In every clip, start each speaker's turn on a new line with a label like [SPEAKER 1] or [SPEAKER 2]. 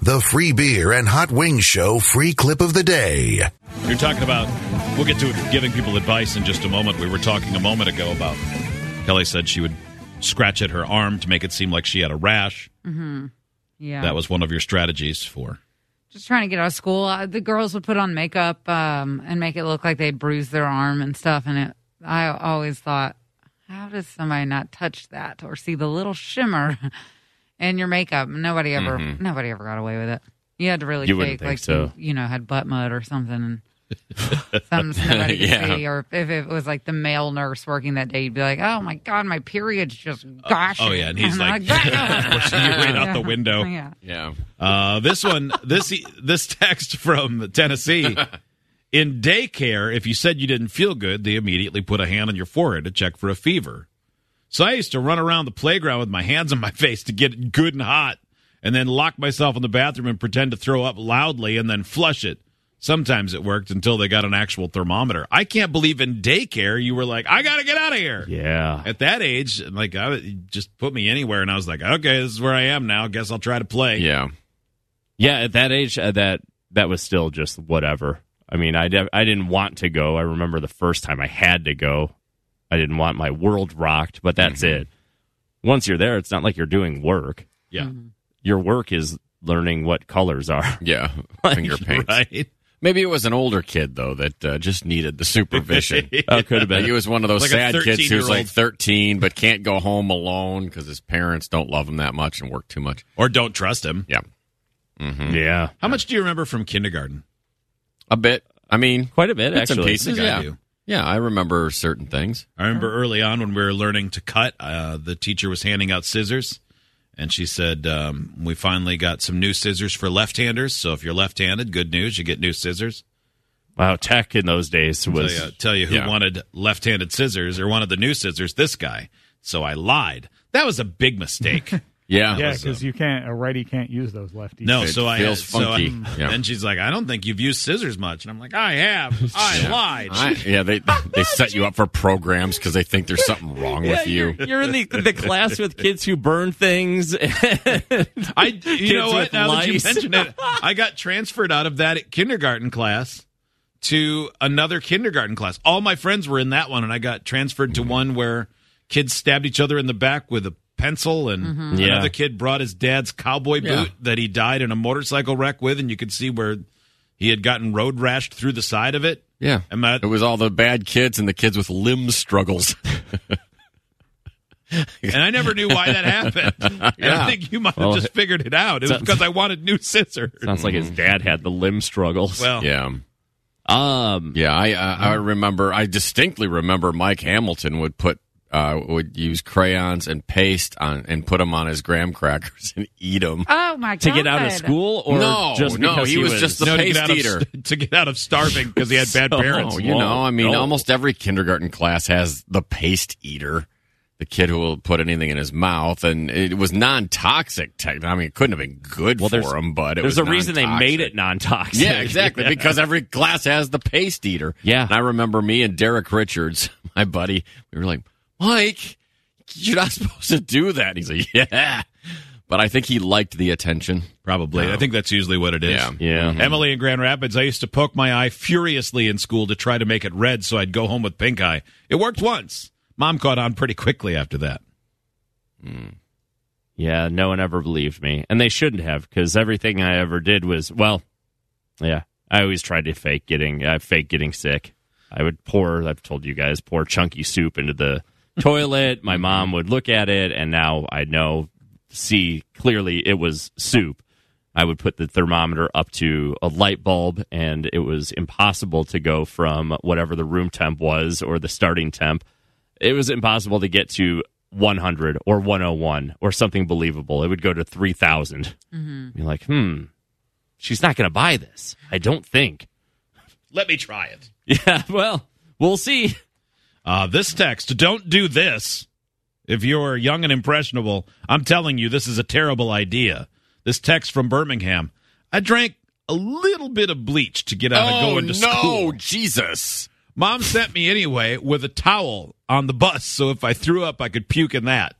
[SPEAKER 1] The Free Beer and Hot Wings Show free clip of the day.
[SPEAKER 2] You're talking about, we'll get to giving people advice in just a moment. We were talking a moment ago about Kelly said she would scratch at her arm to make it seem like she had a rash.
[SPEAKER 3] Yeah.
[SPEAKER 2] That was one of your strategies for.
[SPEAKER 3] just trying to get out of school. Uh, The girls would put on makeup um, and make it look like they bruised their arm and stuff. And it, I always thought, how does somebody not touch that or see the little shimmer in your makeup? Nobody ever, nobody ever got away with it. You had to really
[SPEAKER 4] Mm-hmm. You wouldn't
[SPEAKER 3] fake
[SPEAKER 4] think
[SPEAKER 3] like
[SPEAKER 4] so.
[SPEAKER 3] you, you know had butt mud or something. And something nobody could
[SPEAKER 4] Yeah.
[SPEAKER 3] see, or if it was like the male nurse working that day, you'd be like, "Oh my god, my period's just gosh."
[SPEAKER 2] Oh, yeah. And he's like, pushing you right out the window.
[SPEAKER 3] Yeah.
[SPEAKER 4] Yeah.
[SPEAKER 2] Uh, this one, this this text from Tennessee. In daycare, if you said you didn't feel good, they immediately put a hand on your forehead to check for a fever. So I used to run around the playground with my hands on my face to get good and hot, and then lock myself in the bathroom and pretend to throw up loudly and then flush it. Sometimes it worked until they got an actual thermometer. I can't believe in daycare you were like, I gotta get out of here
[SPEAKER 4] Yeah.
[SPEAKER 2] at that age, like I would- just put me anywhere, and I was like, okay, this is where I am now. Guess I'll try to play.
[SPEAKER 4] Yeah. Yeah. At that age, uh, that that was still just whatever. I mean, I de- I didn't want to go. I remember the first time I had to go. I didn't want my world rocked, but that's
[SPEAKER 2] Mm-hmm.
[SPEAKER 4] it. Once you're there, it's not like you're doing work.
[SPEAKER 2] yeah,
[SPEAKER 4] Your work is learning what colors are.
[SPEAKER 5] Yeah, finger paints.
[SPEAKER 2] right.
[SPEAKER 5] Maybe it was an older kid though that uh, just needed the supervision.
[SPEAKER 4] Oh, could have
[SPEAKER 5] Like
[SPEAKER 4] been.
[SPEAKER 5] he was one of those
[SPEAKER 2] Like a
[SPEAKER 5] sad kids who's
[SPEAKER 2] 13-year-old.
[SPEAKER 5] like 13 but can't go home alone because his parents don't love him that much and work too much.
[SPEAKER 2] Or don't trust him.
[SPEAKER 5] Yeah,
[SPEAKER 4] yeah,
[SPEAKER 2] How much do you remember from kindergarten?
[SPEAKER 5] a bit. I mean,
[SPEAKER 4] quite a bit
[SPEAKER 5] Bits and
[SPEAKER 4] actually.
[SPEAKER 5] pieces.
[SPEAKER 2] I
[SPEAKER 5] Yeah.
[SPEAKER 2] do.
[SPEAKER 5] yeah, I remember certain things.
[SPEAKER 2] I remember early on when we were learning to cut, uh, the teacher was handing out scissors, and she said, um, "We finally got some new scissors for left-handers. So if you're left-handed, good news, you get new scissors."
[SPEAKER 4] Wow, tech in those days was.
[SPEAKER 2] tell you, tell you who
[SPEAKER 5] yeah.
[SPEAKER 2] wanted left-handed scissors or wanted the new scissors. This guy. So I lied. That was a big mistake.
[SPEAKER 5] Yeah,
[SPEAKER 6] Yeah,
[SPEAKER 2] was,
[SPEAKER 6] because you can't a righty can't use those lefties.
[SPEAKER 2] No,
[SPEAKER 5] It
[SPEAKER 2] so I
[SPEAKER 5] feels
[SPEAKER 2] so I-
[SPEAKER 5] funky. Yeah.
[SPEAKER 2] Then she's like, "I don't think you've used scissors much," and I'm like, "I have. I lied."
[SPEAKER 5] I- yeah. They they set you up for programs because they think there's something wrong with you.
[SPEAKER 4] You're in the, the class with kids who burn things.
[SPEAKER 2] I, you know
[SPEAKER 4] Kids
[SPEAKER 2] what?
[SPEAKER 4] with
[SPEAKER 2] Now that you
[SPEAKER 4] lice.
[SPEAKER 2] mention it, I got transferred out of that kindergarten class to another kindergarten class. All my friends were in that one, and I got transferred to one where kids stabbed each other in the back with a pencil, and
[SPEAKER 4] Yeah.
[SPEAKER 2] another kid brought his dad's cowboy boot
[SPEAKER 5] Yeah.
[SPEAKER 2] that he died in a motorcycle wreck with, and you could see where he had gotten road rashed through the side of it.
[SPEAKER 5] Yeah,
[SPEAKER 2] And my,
[SPEAKER 5] it
[SPEAKER 4] Oh,
[SPEAKER 5] was all the bad kids and the kids with limb struggles.
[SPEAKER 2] and I never knew why that happened. And I
[SPEAKER 5] Yeah.
[SPEAKER 2] think you might have
[SPEAKER 4] Well,
[SPEAKER 2] just figured it out. It was
[SPEAKER 4] sounds-
[SPEAKER 2] because I wanted new scissors.
[SPEAKER 4] Sounds like his
[SPEAKER 2] Mm-hmm.
[SPEAKER 4] dad had the limb struggles.
[SPEAKER 2] Well,
[SPEAKER 5] yeah.
[SPEAKER 4] um,
[SPEAKER 5] Yeah, I I, I remember. I distinctly remember Mike Hamilton would put uh, would use crayons and paste on and put them on his graham crackers and eat them.
[SPEAKER 3] Oh my god!
[SPEAKER 4] to get out of school, or
[SPEAKER 5] No,
[SPEAKER 4] just
[SPEAKER 5] no,
[SPEAKER 4] because
[SPEAKER 5] he was just the
[SPEAKER 2] no, to get,
[SPEAKER 5] paste
[SPEAKER 2] out of,
[SPEAKER 5] eater.
[SPEAKER 2] st- to get out of starving because he had bad
[SPEAKER 4] So-
[SPEAKER 2] parents.
[SPEAKER 5] Oh, you know, I mean,
[SPEAKER 4] No.
[SPEAKER 5] almost every kindergarten class has the paste eater, the kid who will put anything in his mouth, and it was non toxic. Tech, I mean, it couldn't have been good
[SPEAKER 4] Well, there's-
[SPEAKER 5] for him, but it
[SPEAKER 4] there's
[SPEAKER 5] was
[SPEAKER 4] a reason they
[SPEAKER 5] non-toxic.
[SPEAKER 4] made it non-toxic.
[SPEAKER 5] Yeah, exactly. Because every class has the paste eater.
[SPEAKER 4] Yeah.
[SPEAKER 5] And I remember me and Derek Richards, my buddy, we were like, Mike, you're not supposed to do that. And he's like, Yeah. But I think he liked the attention.
[SPEAKER 2] Probably. I think that's usually what it is.
[SPEAKER 5] Yeah. Mm-hmm.
[SPEAKER 4] yeah.
[SPEAKER 2] Emily in Grand Rapids, I used to poke my eye furiously in school to try to make it red so I'd go home with pink eye. It worked once. Mom caught on pretty quickly after that.
[SPEAKER 4] Yeah, no one ever believed me, and they shouldn't have because everything I ever did was well. Yeah, I always tried to fake getting uh, fake getting sick. I would pour. I've told you guys pour chunky soup into the toilet. My mom would look at it, and now I know see clearly it was soup. I would put the thermometer up to a light bulb, and it was impossible to go from whatever the room temp was or the starting temp it was impossible to get to 100 or 101 or something believable. It would go to 3,000. You're like, hmm, she's not going to buy this. I don't think.
[SPEAKER 2] Let me try it.
[SPEAKER 4] Yeah, well, we'll see.
[SPEAKER 2] Uh, this text, don't do this. If you're young and impressionable, I'm telling you, this is a terrible idea. This text from Birmingham, I drank a little bit of bleach to get out of
[SPEAKER 5] oh
[SPEAKER 2] going
[SPEAKER 5] no,
[SPEAKER 2] to school.
[SPEAKER 5] Jesus!
[SPEAKER 2] Mom sent me anyway with a towel on the bus, so if I threw up, I could puke in that.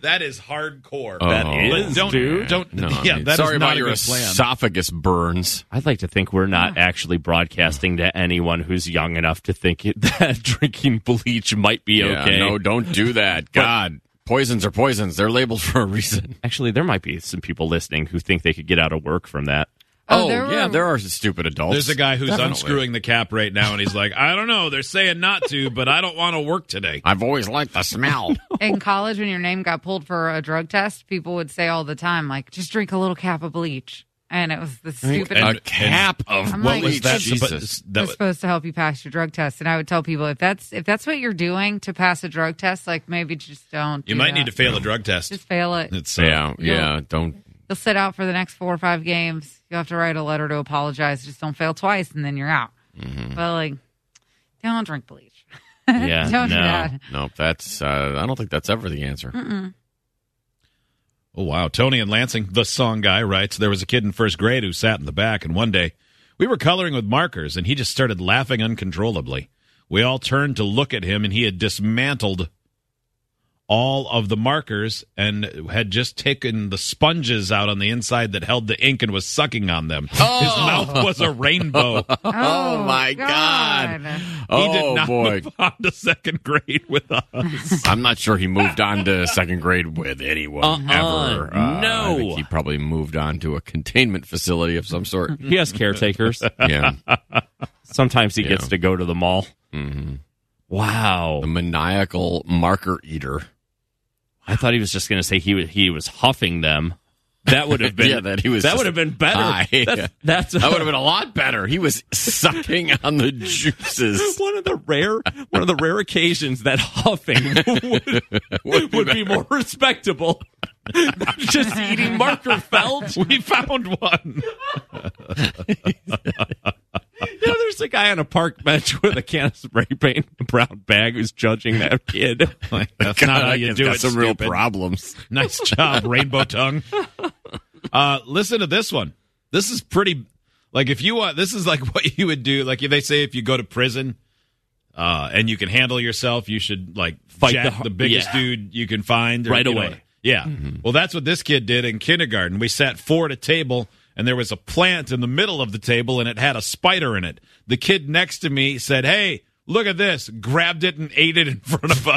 [SPEAKER 2] That is hardcore.
[SPEAKER 5] That
[SPEAKER 4] is,
[SPEAKER 2] don't,
[SPEAKER 4] dude.
[SPEAKER 2] Don't,
[SPEAKER 5] No, I
[SPEAKER 2] yeah,
[SPEAKER 5] mean,
[SPEAKER 2] that is
[SPEAKER 5] sorry
[SPEAKER 2] not
[SPEAKER 5] about
[SPEAKER 2] a
[SPEAKER 5] your
[SPEAKER 2] good plan.
[SPEAKER 5] esophagus burns.
[SPEAKER 4] I'd like to think we're not actually broadcasting to anyone who's young enough to think it, that drinking bleach might be
[SPEAKER 5] Yeah,
[SPEAKER 4] okay.
[SPEAKER 5] no, don't do that. God, poisons are poisons. They're labeled for a reason.
[SPEAKER 4] Actually, there might be some people listening who think they could get out of work from that.
[SPEAKER 3] Oh, there
[SPEAKER 5] yeah,
[SPEAKER 3] were-
[SPEAKER 5] there are stupid adults.
[SPEAKER 2] There's a guy who's
[SPEAKER 5] Definitely.
[SPEAKER 2] unscrewing the cap right now, and he's like, I don't know. They're saying not to, but I don't want to work today.
[SPEAKER 5] I've always liked the smell.
[SPEAKER 3] in college when your name got pulled for a drug test, people would say all the time, like, just drink a little cap of bleach. And it was the stupid.
[SPEAKER 5] a
[SPEAKER 2] and-
[SPEAKER 5] cap of
[SPEAKER 3] I'm
[SPEAKER 2] What
[SPEAKER 3] like,
[SPEAKER 2] was
[SPEAKER 5] bleach.
[SPEAKER 2] that? suppo-
[SPEAKER 5] Jesus.
[SPEAKER 3] It
[SPEAKER 2] that
[SPEAKER 3] was
[SPEAKER 2] was-
[SPEAKER 3] supposed to help you pass your drug test, and I would tell people if that's if that's what you're doing to pass a drug test, like maybe just don't.
[SPEAKER 2] you
[SPEAKER 3] do
[SPEAKER 2] might
[SPEAKER 3] that.
[SPEAKER 2] need to fail a drug test.
[SPEAKER 3] just fail it.
[SPEAKER 2] It's, uh,
[SPEAKER 5] yeah, yeah. Don't.
[SPEAKER 3] You'll sit out for the next four or five games. You'll have to write a letter to apologize. Just don't fail twice, and then you're out.
[SPEAKER 2] Mm-hmm.
[SPEAKER 3] But like, don't drink bleach.
[SPEAKER 4] Yeah,
[SPEAKER 3] don't do
[SPEAKER 4] no.
[SPEAKER 3] that.
[SPEAKER 5] Nope. That's. Uh, I don't think that's ever the answer.
[SPEAKER 2] Oh, wow. Tony and Lansing, the song guy, writes There was a kid in first grade who sat in the back, and one day we were coloring with markers, and he just started laughing uncontrollably. We all turned to look at him, and he had dismantled all of the markers and had just taken the sponges out on the inside that held the ink and was sucking on them.
[SPEAKER 4] Oh.
[SPEAKER 2] His mouth was a rainbow.
[SPEAKER 3] Oh,
[SPEAKER 5] my God.
[SPEAKER 2] He
[SPEAKER 5] Oh
[SPEAKER 2] did not
[SPEAKER 5] boy,
[SPEAKER 2] move on to second grade with us.
[SPEAKER 5] I'm not sure he moved on to second grade with anyone
[SPEAKER 4] Uh-uh.
[SPEAKER 5] ever. Uh,
[SPEAKER 4] No.
[SPEAKER 5] I think he probably moved on to a containment facility of some sort.
[SPEAKER 4] He has caretakers.
[SPEAKER 5] yeah,
[SPEAKER 4] Sometimes he
[SPEAKER 5] Yeah. Mm-hmm.
[SPEAKER 4] gets to go to the mall. Wow.
[SPEAKER 5] the maniacal marker eater.
[SPEAKER 4] I thought he was just going to say he was, he was huffing them. That would have been
[SPEAKER 5] Yeah, that he was
[SPEAKER 4] that
[SPEAKER 5] just
[SPEAKER 4] would have been better.
[SPEAKER 5] high.
[SPEAKER 4] That's, that's
[SPEAKER 5] That would have been a lot better. He was sucking on the juices.
[SPEAKER 4] one of the rare one of the rare occasions that huffing would, would be more respectable. than just eating marker felt.
[SPEAKER 2] we found one.
[SPEAKER 4] You know, there's a guy on a park bench with a can of spray paint, and a brown bag, who's judging that kid.
[SPEAKER 2] Like, that's
[SPEAKER 5] God,
[SPEAKER 2] not how
[SPEAKER 5] that
[SPEAKER 2] you
[SPEAKER 5] kid's
[SPEAKER 2] do
[SPEAKER 5] got
[SPEAKER 2] it.
[SPEAKER 5] Some real
[SPEAKER 2] stupid.
[SPEAKER 5] problems.
[SPEAKER 2] Nice job, Rainbow Tongue. Uh, listen to this one. This is pretty. Like if you want, this is like what you would do. Like if they say if you go to prison, uh, and you can handle yourself, you should like
[SPEAKER 4] Fight
[SPEAKER 2] jack
[SPEAKER 4] the
[SPEAKER 2] the,
[SPEAKER 4] har-
[SPEAKER 2] biggest
[SPEAKER 4] yeah.
[SPEAKER 2] dude you can find or,
[SPEAKER 4] Right
[SPEAKER 2] you
[SPEAKER 4] away. Mm-hmm.
[SPEAKER 2] yeah. Well, that's what this kid did in kindergarten. We sat four at a table, and there was a plant in the middle of the table, and it had a spider in it. The kid next to me said, "Hey, look at this!" Grabbed it and ate it in front of us.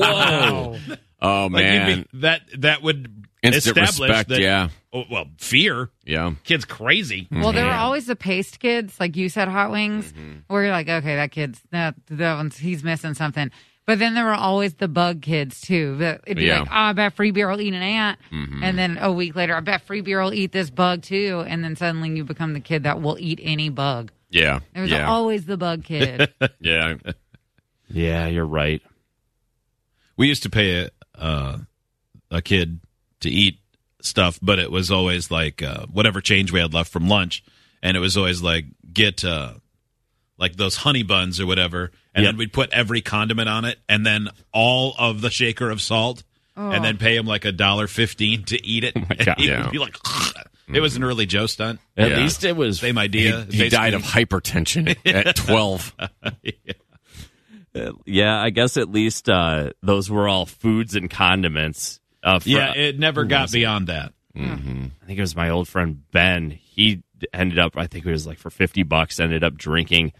[SPEAKER 6] Whoa.
[SPEAKER 5] Oh
[SPEAKER 2] Like you'd
[SPEAKER 5] man,
[SPEAKER 2] be- that that would
[SPEAKER 5] Instant
[SPEAKER 2] establish
[SPEAKER 5] respect,
[SPEAKER 2] that.
[SPEAKER 5] yeah.
[SPEAKER 2] oh, well, fear.
[SPEAKER 5] yeah.
[SPEAKER 2] Kid's crazy.
[SPEAKER 3] Well, there were
[SPEAKER 5] Mm-hmm.
[SPEAKER 3] always the paste kids, like you said, hot wings, where you're like, okay, that kid's that that one's he's missing something. But then there were always the bug kids too. That it'd be
[SPEAKER 5] Yeah.
[SPEAKER 3] like,
[SPEAKER 5] Mm-hmm.
[SPEAKER 3] oh, I bet free beer will eat an ant, and then a week later, I bet free beer will eat this bug too, and then suddenly you become the kid that will eat any bug.
[SPEAKER 5] Yeah.
[SPEAKER 3] There was
[SPEAKER 5] yeah.
[SPEAKER 3] always the bug kid.
[SPEAKER 5] yeah.
[SPEAKER 4] Yeah, you're right.
[SPEAKER 2] We used to pay a uh, a kid to eat stuff, but it was always like uh, whatever change we had left from lunch, and it was always like get uh, like those honey buns or whatever, and
[SPEAKER 4] Yep.
[SPEAKER 2] then we'd put every condiment on it, and then all of the shaker of salt. And then pay him like a dollar fifteen to eat it. and
[SPEAKER 4] God.
[SPEAKER 2] he would
[SPEAKER 5] Yeah.
[SPEAKER 2] be like, it was an early Joe stunt.
[SPEAKER 4] At
[SPEAKER 5] Yeah.
[SPEAKER 4] least it was
[SPEAKER 2] Same idea.
[SPEAKER 5] He died of
[SPEAKER 2] basically.
[SPEAKER 5] hypertension at 12.
[SPEAKER 4] uh, Yeah, I guess at least uh, those were all foods and condiments. Uh, for,
[SPEAKER 2] Yeah, it never got beyond that.
[SPEAKER 4] I think it was my old friend Ben. He ended up, I think it was like for 50 bucks, ended up drinking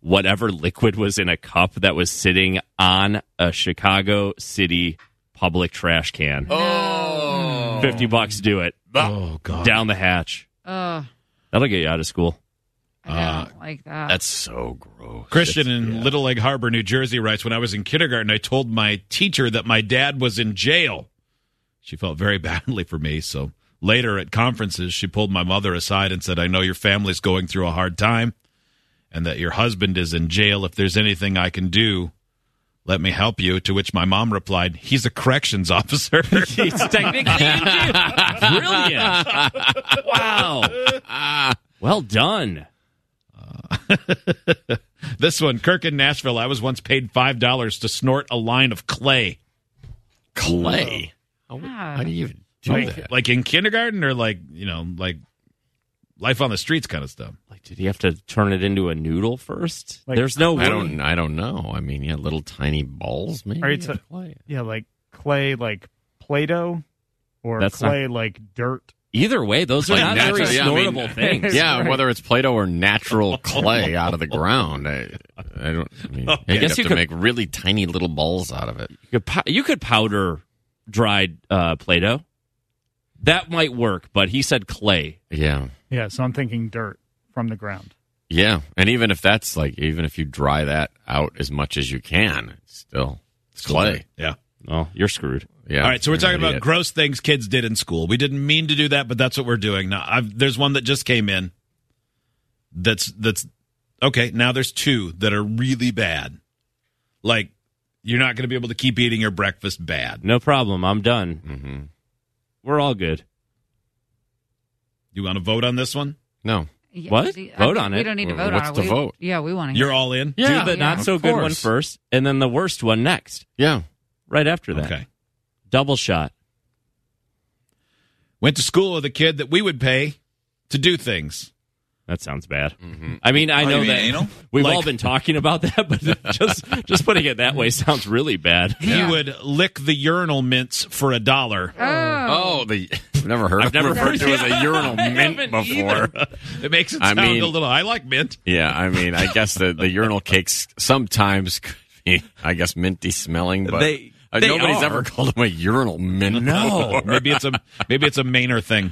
[SPEAKER 4] whatever liquid was in a cup that was sitting on a Chicago City public trash can.
[SPEAKER 5] Oh.
[SPEAKER 4] 50 bucks, do it.
[SPEAKER 2] Oh god.
[SPEAKER 4] Down the hatch.
[SPEAKER 3] Ugh,
[SPEAKER 4] That'll get you out of school.
[SPEAKER 3] I don't like that.
[SPEAKER 5] Uh, That's so gross.
[SPEAKER 2] Christian in Little Lake Harbor, New Jersey writes, "When I was in kindergarten, I told my teacher that my dad was in jail. She felt very badly for me, so later at conferences, she pulled my mother aside and said, "I know your family's going through a hard time and that your husband is in jail. If there's anything I can do, let me help you." To which my mom replied, "He's a corrections officer."
[SPEAKER 4] It's technically in jail. Brilliant. Wow. Well done.
[SPEAKER 2] This one, Kirk in Nashville. I was once paid five dollars to snort a line of clay,
[SPEAKER 5] Clay. How,
[SPEAKER 3] Yeah.
[SPEAKER 5] how do you even do
[SPEAKER 2] like,
[SPEAKER 5] that?
[SPEAKER 2] like in kindergarten or like you know, like life on the streets kind of stuff.
[SPEAKER 4] Like, did he have to turn it into a noodle first?
[SPEAKER 6] Like-
[SPEAKER 4] There's no.
[SPEAKER 5] I
[SPEAKER 4] way.
[SPEAKER 5] don't. I don't know. I mean, yeah, little tiny balls, maybe.
[SPEAKER 6] All right, so-
[SPEAKER 5] of clay.
[SPEAKER 6] Yeah, like clay, like Play-Doh, or
[SPEAKER 4] That's not-
[SPEAKER 6] clay, like dirt.
[SPEAKER 4] Either way, those are
[SPEAKER 5] Like
[SPEAKER 4] not
[SPEAKER 5] natural-
[SPEAKER 4] very
[SPEAKER 5] yeah, I mean-
[SPEAKER 4] snortable things.
[SPEAKER 5] Yeah, whether it's Play-Doh or natural clay out of the ground, I, I don't. I, mean, I
[SPEAKER 4] guess
[SPEAKER 5] guess have
[SPEAKER 4] you
[SPEAKER 5] to
[SPEAKER 4] could-
[SPEAKER 5] make really tiny little balls out of it.
[SPEAKER 4] You could, pow- you could powder dried uh, Play-Doh. That might work, but he said clay.
[SPEAKER 5] Yeah,
[SPEAKER 6] Yeah, so I'm thinking dirt from the ground.
[SPEAKER 5] yeah, and even if that's like, even if you dry that out as much as you can, it's still it's clay.
[SPEAKER 2] Yeah.
[SPEAKER 4] Well, Oh, you're screwed.
[SPEAKER 5] Yeah.
[SPEAKER 2] All right, so we're
[SPEAKER 5] you're
[SPEAKER 2] talking
[SPEAKER 5] an
[SPEAKER 2] about
[SPEAKER 5] idiot.
[SPEAKER 2] gross things kids did in school. We didn't mean to do that, but that's what we're doing now. I've, there's one that just came in. That's that's okay. Now there's two that are really bad. Like you're not going to be able to keep eating your breakfast. Bad.
[SPEAKER 4] No problem. I'm done.
[SPEAKER 5] Mm-hmm.
[SPEAKER 4] We're all good.
[SPEAKER 2] You want to vote on this one?
[SPEAKER 5] No.
[SPEAKER 3] Yeah,
[SPEAKER 4] What?
[SPEAKER 3] the- I
[SPEAKER 4] Vote
[SPEAKER 3] think
[SPEAKER 4] on
[SPEAKER 3] We
[SPEAKER 4] it.
[SPEAKER 3] don't need to
[SPEAKER 5] Well,
[SPEAKER 3] vote
[SPEAKER 5] what's
[SPEAKER 3] on it.
[SPEAKER 5] the
[SPEAKER 3] we,
[SPEAKER 5] vote?
[SPEAKER 3] Yeah, we want to.
[SPEAKER 2] You're all in.
[SPEAKER 4] Do the not
[SPEAKER 3] yeah,
[SPEAKER 4] so
[SPEAKER 5] of
[SPEAKER 4] good one
[SPEAKER 5] course.
[SPEAKER 4] first, and then the worst one next.
[SPEAKER 5] Yeah.
[SPEAKER 4] Right after that,
[SPEAKER 2] Okay.
[SPEAKER 4] double shot.
[SPEAKER 2] Went to school with a kid that we would pay to do things.
[SPEAKER 4] That sounds bad. Mm-hmm. I mean, I know
[SPEAKER 7] you mean
[SPEAKER 4] that
[SPEAKER 7] anal?
[SPEAKER 4] we've
[SPEAKER 2] Like-
[SPEAKER 4] all been talking about that, but just just putting it that way sounds really bad.
[SPEAKER 2] He would lick the urinal mints for a dollar.
[SPEAKER 3] Oh,
[SPEAKER 5] Oh, the I've never heard.
[SPEAKER 4] I've
[SPEAKER 5] of
[SPEAKER 4] never
[SPEAKER 5] referred
[SPEAKER 4] heard-
[SPEAKER 5] to as a urinal
[SPEAKER 4] I
[SPEAKER 5] mint
[SPEAKER 4] haven't either.
[SPEAKER 5] before.
[SPEAKER 2] It makes it
[SPEAKER 5] I
[SPEAKER 2] sound
[SPEAKER 5] mean-
[SPEAKER 2] a little. I like mint.
[SPEAKER 5] Yeah, I mean, I guess the, the urinal cakes sometimes could be, I guess, minty smelling, but
[SPEAKER 4] They-
[SPEAKER 5] uh,
[SPEAKER 4] they
[SPEAKER 5] nobody's
[SPEAKER 4] are.
[SPEAKER 5] ever called them a urinal mint.
[SPEAKER 4] No.
[SPEAKER 2] maybe it's a maybe it's a Mainer thing.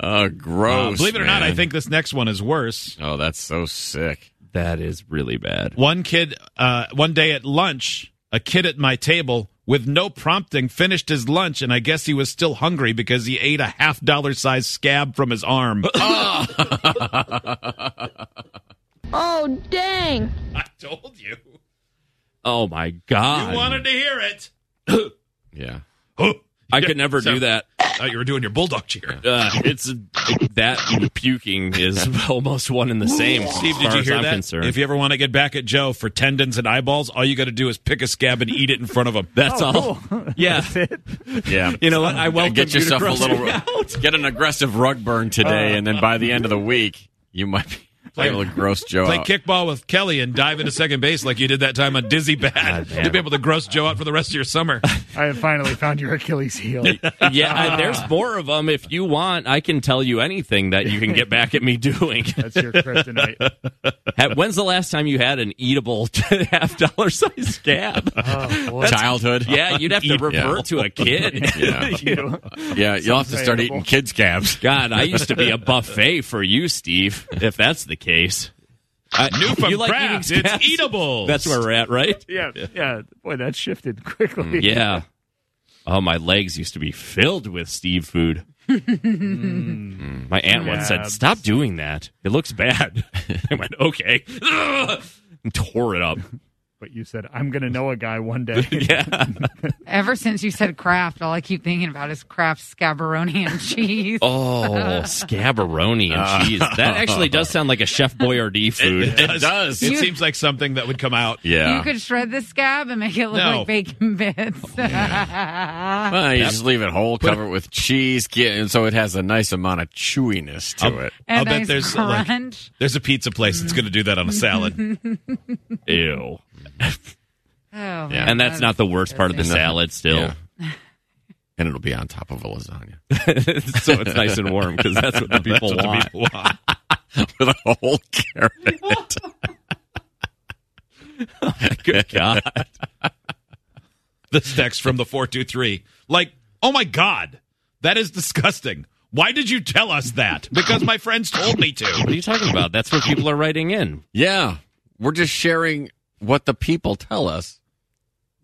[SPEAKER 5] Oh,
[SPEAKER 2] Uh,
[SPEAKER 5] gross.
[SPEAKER 2] believe it or not, I
[SPEAKER 5] man.
[SPEAKER 2] think this next one is worse.
[SPEAKER 5] Oh, that's so sick.
[SPEAKER 4] That is really bad.
[SPEAKER 2] One kid, uh, one day at lunch, a kid at my table with no prompting finished his lunch, and I guess he was still hungry because he ate a half dollar size scab from his arm.
[SPEAKER 8] Oh, dang.
[SPEAKER 2] I told you.
[SPEAKER 4] Oh my
[SPEAKER 2] You
[SPEAKER 4] god!
[SPEAKER 2] wanted to hear it.
[SPEAKER 5] Yeah.
[SPEAKER 4] I could never
[SPEAKER 2] So-
[SPEAKER 4] do that.
[SPEAKER 2] Uh, you were doing your bulldog cheer.
[SPEAKER 4] Uh, it's that and puking is almost one and the same.
[SPEAKER 2] Steve,
[SPEAKER 4] as
[SPEAKER 2] did
[SPEAKER 4] far
[SPEAKER 2] you
[SPEAKER 4] as
[SPEAKER 2] hear
[SPEAKER 4] I'm
[SPEAKER 2] that?
[SPEAKER 4] Concerned.
[SPEAKER 2] If you ever want to get back at Joe for tendons and eyeballs, all you got to do is pick a scab and eat it in front of him.
[SPEAKER 4] That's all. Yeah.
[SPEAKER 5] Yeah.
[SPEAKER 4] You know what? I welcome
[SPEAKER 5] Get
[SPEAKER 4] you to
[SPEAKER 5] yourself a
[SPEAKER 4] cross it
[SPEAKER 5] little.
[SPEAKER 4] out.
[SPEAKER 5] Get an aggressive rug burn today, and then by the end of the week, you might be
[SPEAKER 2] Play-
[SPEAKER 5] able to gross
[SPEAKER 4] Uh,
[SPEAKER 5] Joe
[SPEAKER 2] Play
[SPEAKER 5] out.
[SPEAKER 2] kickball with Kelly and dive into second base like you did that time on Dizzy Bad. You'll be able to gross Joe out for the rest of your summer.
[SPEAKER 6] I have finally found your Achilles heel.
[SPEAKER 4] Yeah, I- there's more of them. If you want, I can tell you anything that you can get back at me doing.
[SPEAKER 6] That's your kryptonite.
[SPEAKER 4] Had- When's the last time you had an eatable half dollar size scab?
[SPEAKER 6] Oh, boy.
[SPEAKER 5] Childhood.
[SPEAKER 4] yeah, you'd have to revert to a kid.
[SPEAKER 5] Yeah.
[SPEAKER 6] You-
[SPEAKER 5] Yeah. You'll have to start
[SPEAKER 6] Understandable.
[SPEAKER 5] eating kids' calves.
[SPEAKER 4] God, I used to be a buffet for you, Steve. If that's the case, I,
[SPEAKER 2] New from
[SPEAKER 4] you like
[SPEAKER 2] Kraft,
[SPEAKER 4] eating
[SPEAKER 2] it's
[SPEAKER 4] scabs?
[SPEAKER 2] eatable.
[SPEAKER 4] That's where we're at, right?
[SPEAKER 6] yeah, yeah. Boy, that shifted quickly.
[SPEAKER 4] Mm, Yeah. Oh, my legs used to be filled with Steve food. my aunt once said,
[SPEAKER 6] Crabs.
[SPEAKER 4] "Stop doing that. It looks bad." I went, "Okay," and tore it up.
[SPEAKER 6] But you said, I'm going to know a guy one day.
[SPEAKER 4] Yeah.
[SPEAKER 3] ever since you said craft, all I keep thinking about is craft scabaroni and cheese.
[SPEAKER 4] Oh, scabaroni and cheese. That actually does sound like a Chef Boyardee food.
[SPEAKER 2] it does. It
[SPEAKER 3] You-
[SPEAKER 2] seems like something that would come out.
[SPEAKER 5] Yeah.
[SPEAKER 3] You could shred the scab and make it look
[SPEAKER 2] No. Oh,
[SPEAKER 3] like bacon bits.
[SPEAKER 5] Well, you just leave it whole, cover it with cheese, get, and so it has a nice amount of chewiness to it.
[SPEAKER 3] and
[SPEAKER 2] I'll bet
[SPEAKER 3] nice
[SPEAKER 2] there's, like-
[SPEAKER 3] crunch.
[SPEAKER 2] There's a pizza place that's going to do that on a salad.
[SPEAKER 4] Ew.
[SPEAKER 3] oh,
[SPEAKER 5] Yeah.
[SPEAKER 4] And that's not the worst part of the salad still.
[SPEAKER 5] Yeah. and it'll be on top of a lasagna
[SPEAKER 4] so it's nice and warm because that's what the people
[SPEAKER 2] That's what the
[SPEAKER 4] want.
[SPEAKER 2] people want.
[SPEAKER 5] with a whole carrot.
[SPEAKER 4] Good God.
[SPEAKER 2] This text from the 423. Like, oh my God, that is disgusting. Why did you tell us that? Because my friends told me
[SPEAKER 4] What
[SPEAKER 2] to.
[SPEAKER 4] are you talking about? That's what people are writing in.
[SPEAKER 5] Yeah, we're just sharing what the people tell us.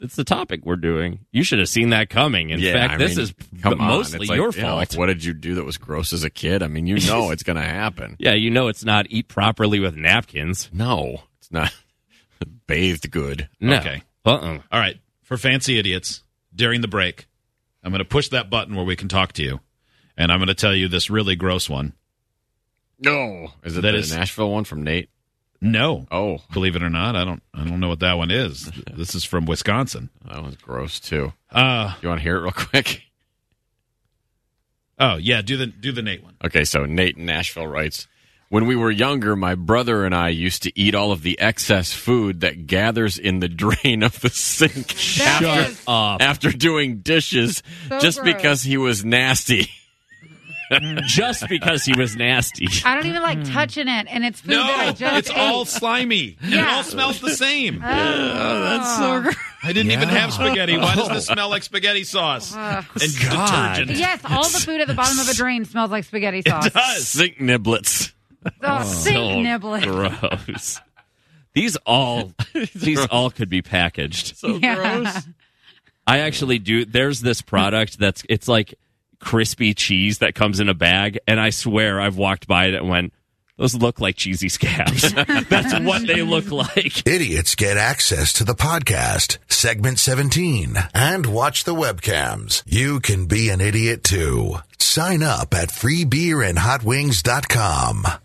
[SPEAKER 4] It's the topic we're doing. You should have seen that coming. In
[SPEAKER 5] yeah,
[SPEAKER 4] fact,
[SPEAKER 5] I
[SPEAKER 4] this
[SPEAKER 5] mean,
[SPEAKER 4] is
[SPEAKER 5] come on.
[SPEAKER 4] mostly
[SPEAKER 5] It's like,
[SPEAKER 4] your
[SPEAKER 5] yeah,
[SPEAKER 4] fault.
[SPEAKER 5] like, what did you do that was gross as a kid? I mean, you know it's going to happen.
[SPEAKER 4] yeah, you know it's not eat properly with napkins.
[SPEAKER 5] No, it's not bathed good.
[SPEAKER 4] No.
[SPEAKER 2] Okay.
[SPEAKER 4] Uh-uh.
[SPEAKER 2] All right, for fancy idiots, during the break, I'm going to push that button where we can talk to you, and I'm going to tell you this really gross one.
[SPEAKER 5] No. Is it
[SPEAKER 2] That
[SPEAKER 5] the
[SPEAKER 2] is-
[SPEAKER 5] Nashville one from Nate?
[SPEAKER 2] No.
[SPEAKER 5] Oh,
[SPEAKER 2] Believe it or not, I don't I don't know what that one is. This is from Wisconsin.
[SPEAKER 5] that one's gross too.
[SPEAKER 2] Uh
[SPEAKER 5] You want to hear it real quick?
[SPEAKER 2] oh, yeah, do the do the Nate one.
[SPEAKER 5] Okay, so Nate in Nashville writes When we were younger, my brother and I used to eat all of the excess food that gathers in the drain of the sink
[SPEAKER 3] That
[SPEAKER 5] after,
[SPEAKER 3] is
[SPEAKER 5] after doing dishes
[SPEAKER 3] So
[SPEAKER 5] just
[SPEAKER 3] gross.
[SPEAKER 5] because he was nasty.
[SPEAKER 4] just because he was nasty.
[SPEAKER 3] I don't even like touching it, and it's food that I
[SPEAKER 2] No,
[SPEAKER 3] just
[SPEAKER 2] it's
[SPEAKER 3] ate.
[SPEAKER 2] all slimy. It
[SPEAKER 3] Yeah. Uh,
[SPEAKER 2] all smells the same.
[SPEAKER 3] that's so
[SPEAKER 2] I didn't even have spaghetti. Why does this smell like spaghetti sauce and detergent?
[SPEAKER 3] Yes, all the food at the bottom of a drain smells like spaghetti sauce.
[SPEAKER 2] It does.
[SPEAKER 5] Sink niblets.
[SPEAKER 3] Oh, sink nibbling.
[SPEAKER 4] Gross. These all these all could be packaged.
[SPEAKER 5] So
[SPEAKER 3] Yeah.
[SPEAKER 5] gross.
[SPEAKER 4] I actually do. There's this product that's it's like crispy cheese that comes in a bag, and I swear I've walked by it and went, "Those look like cheesy scabs." that's what they look like.
[SPEAKER 1] Idiots get access to the podcast, segment 17, and watch the webcams. You can be an idiot too. Sign up at freebeerandhotwings.com.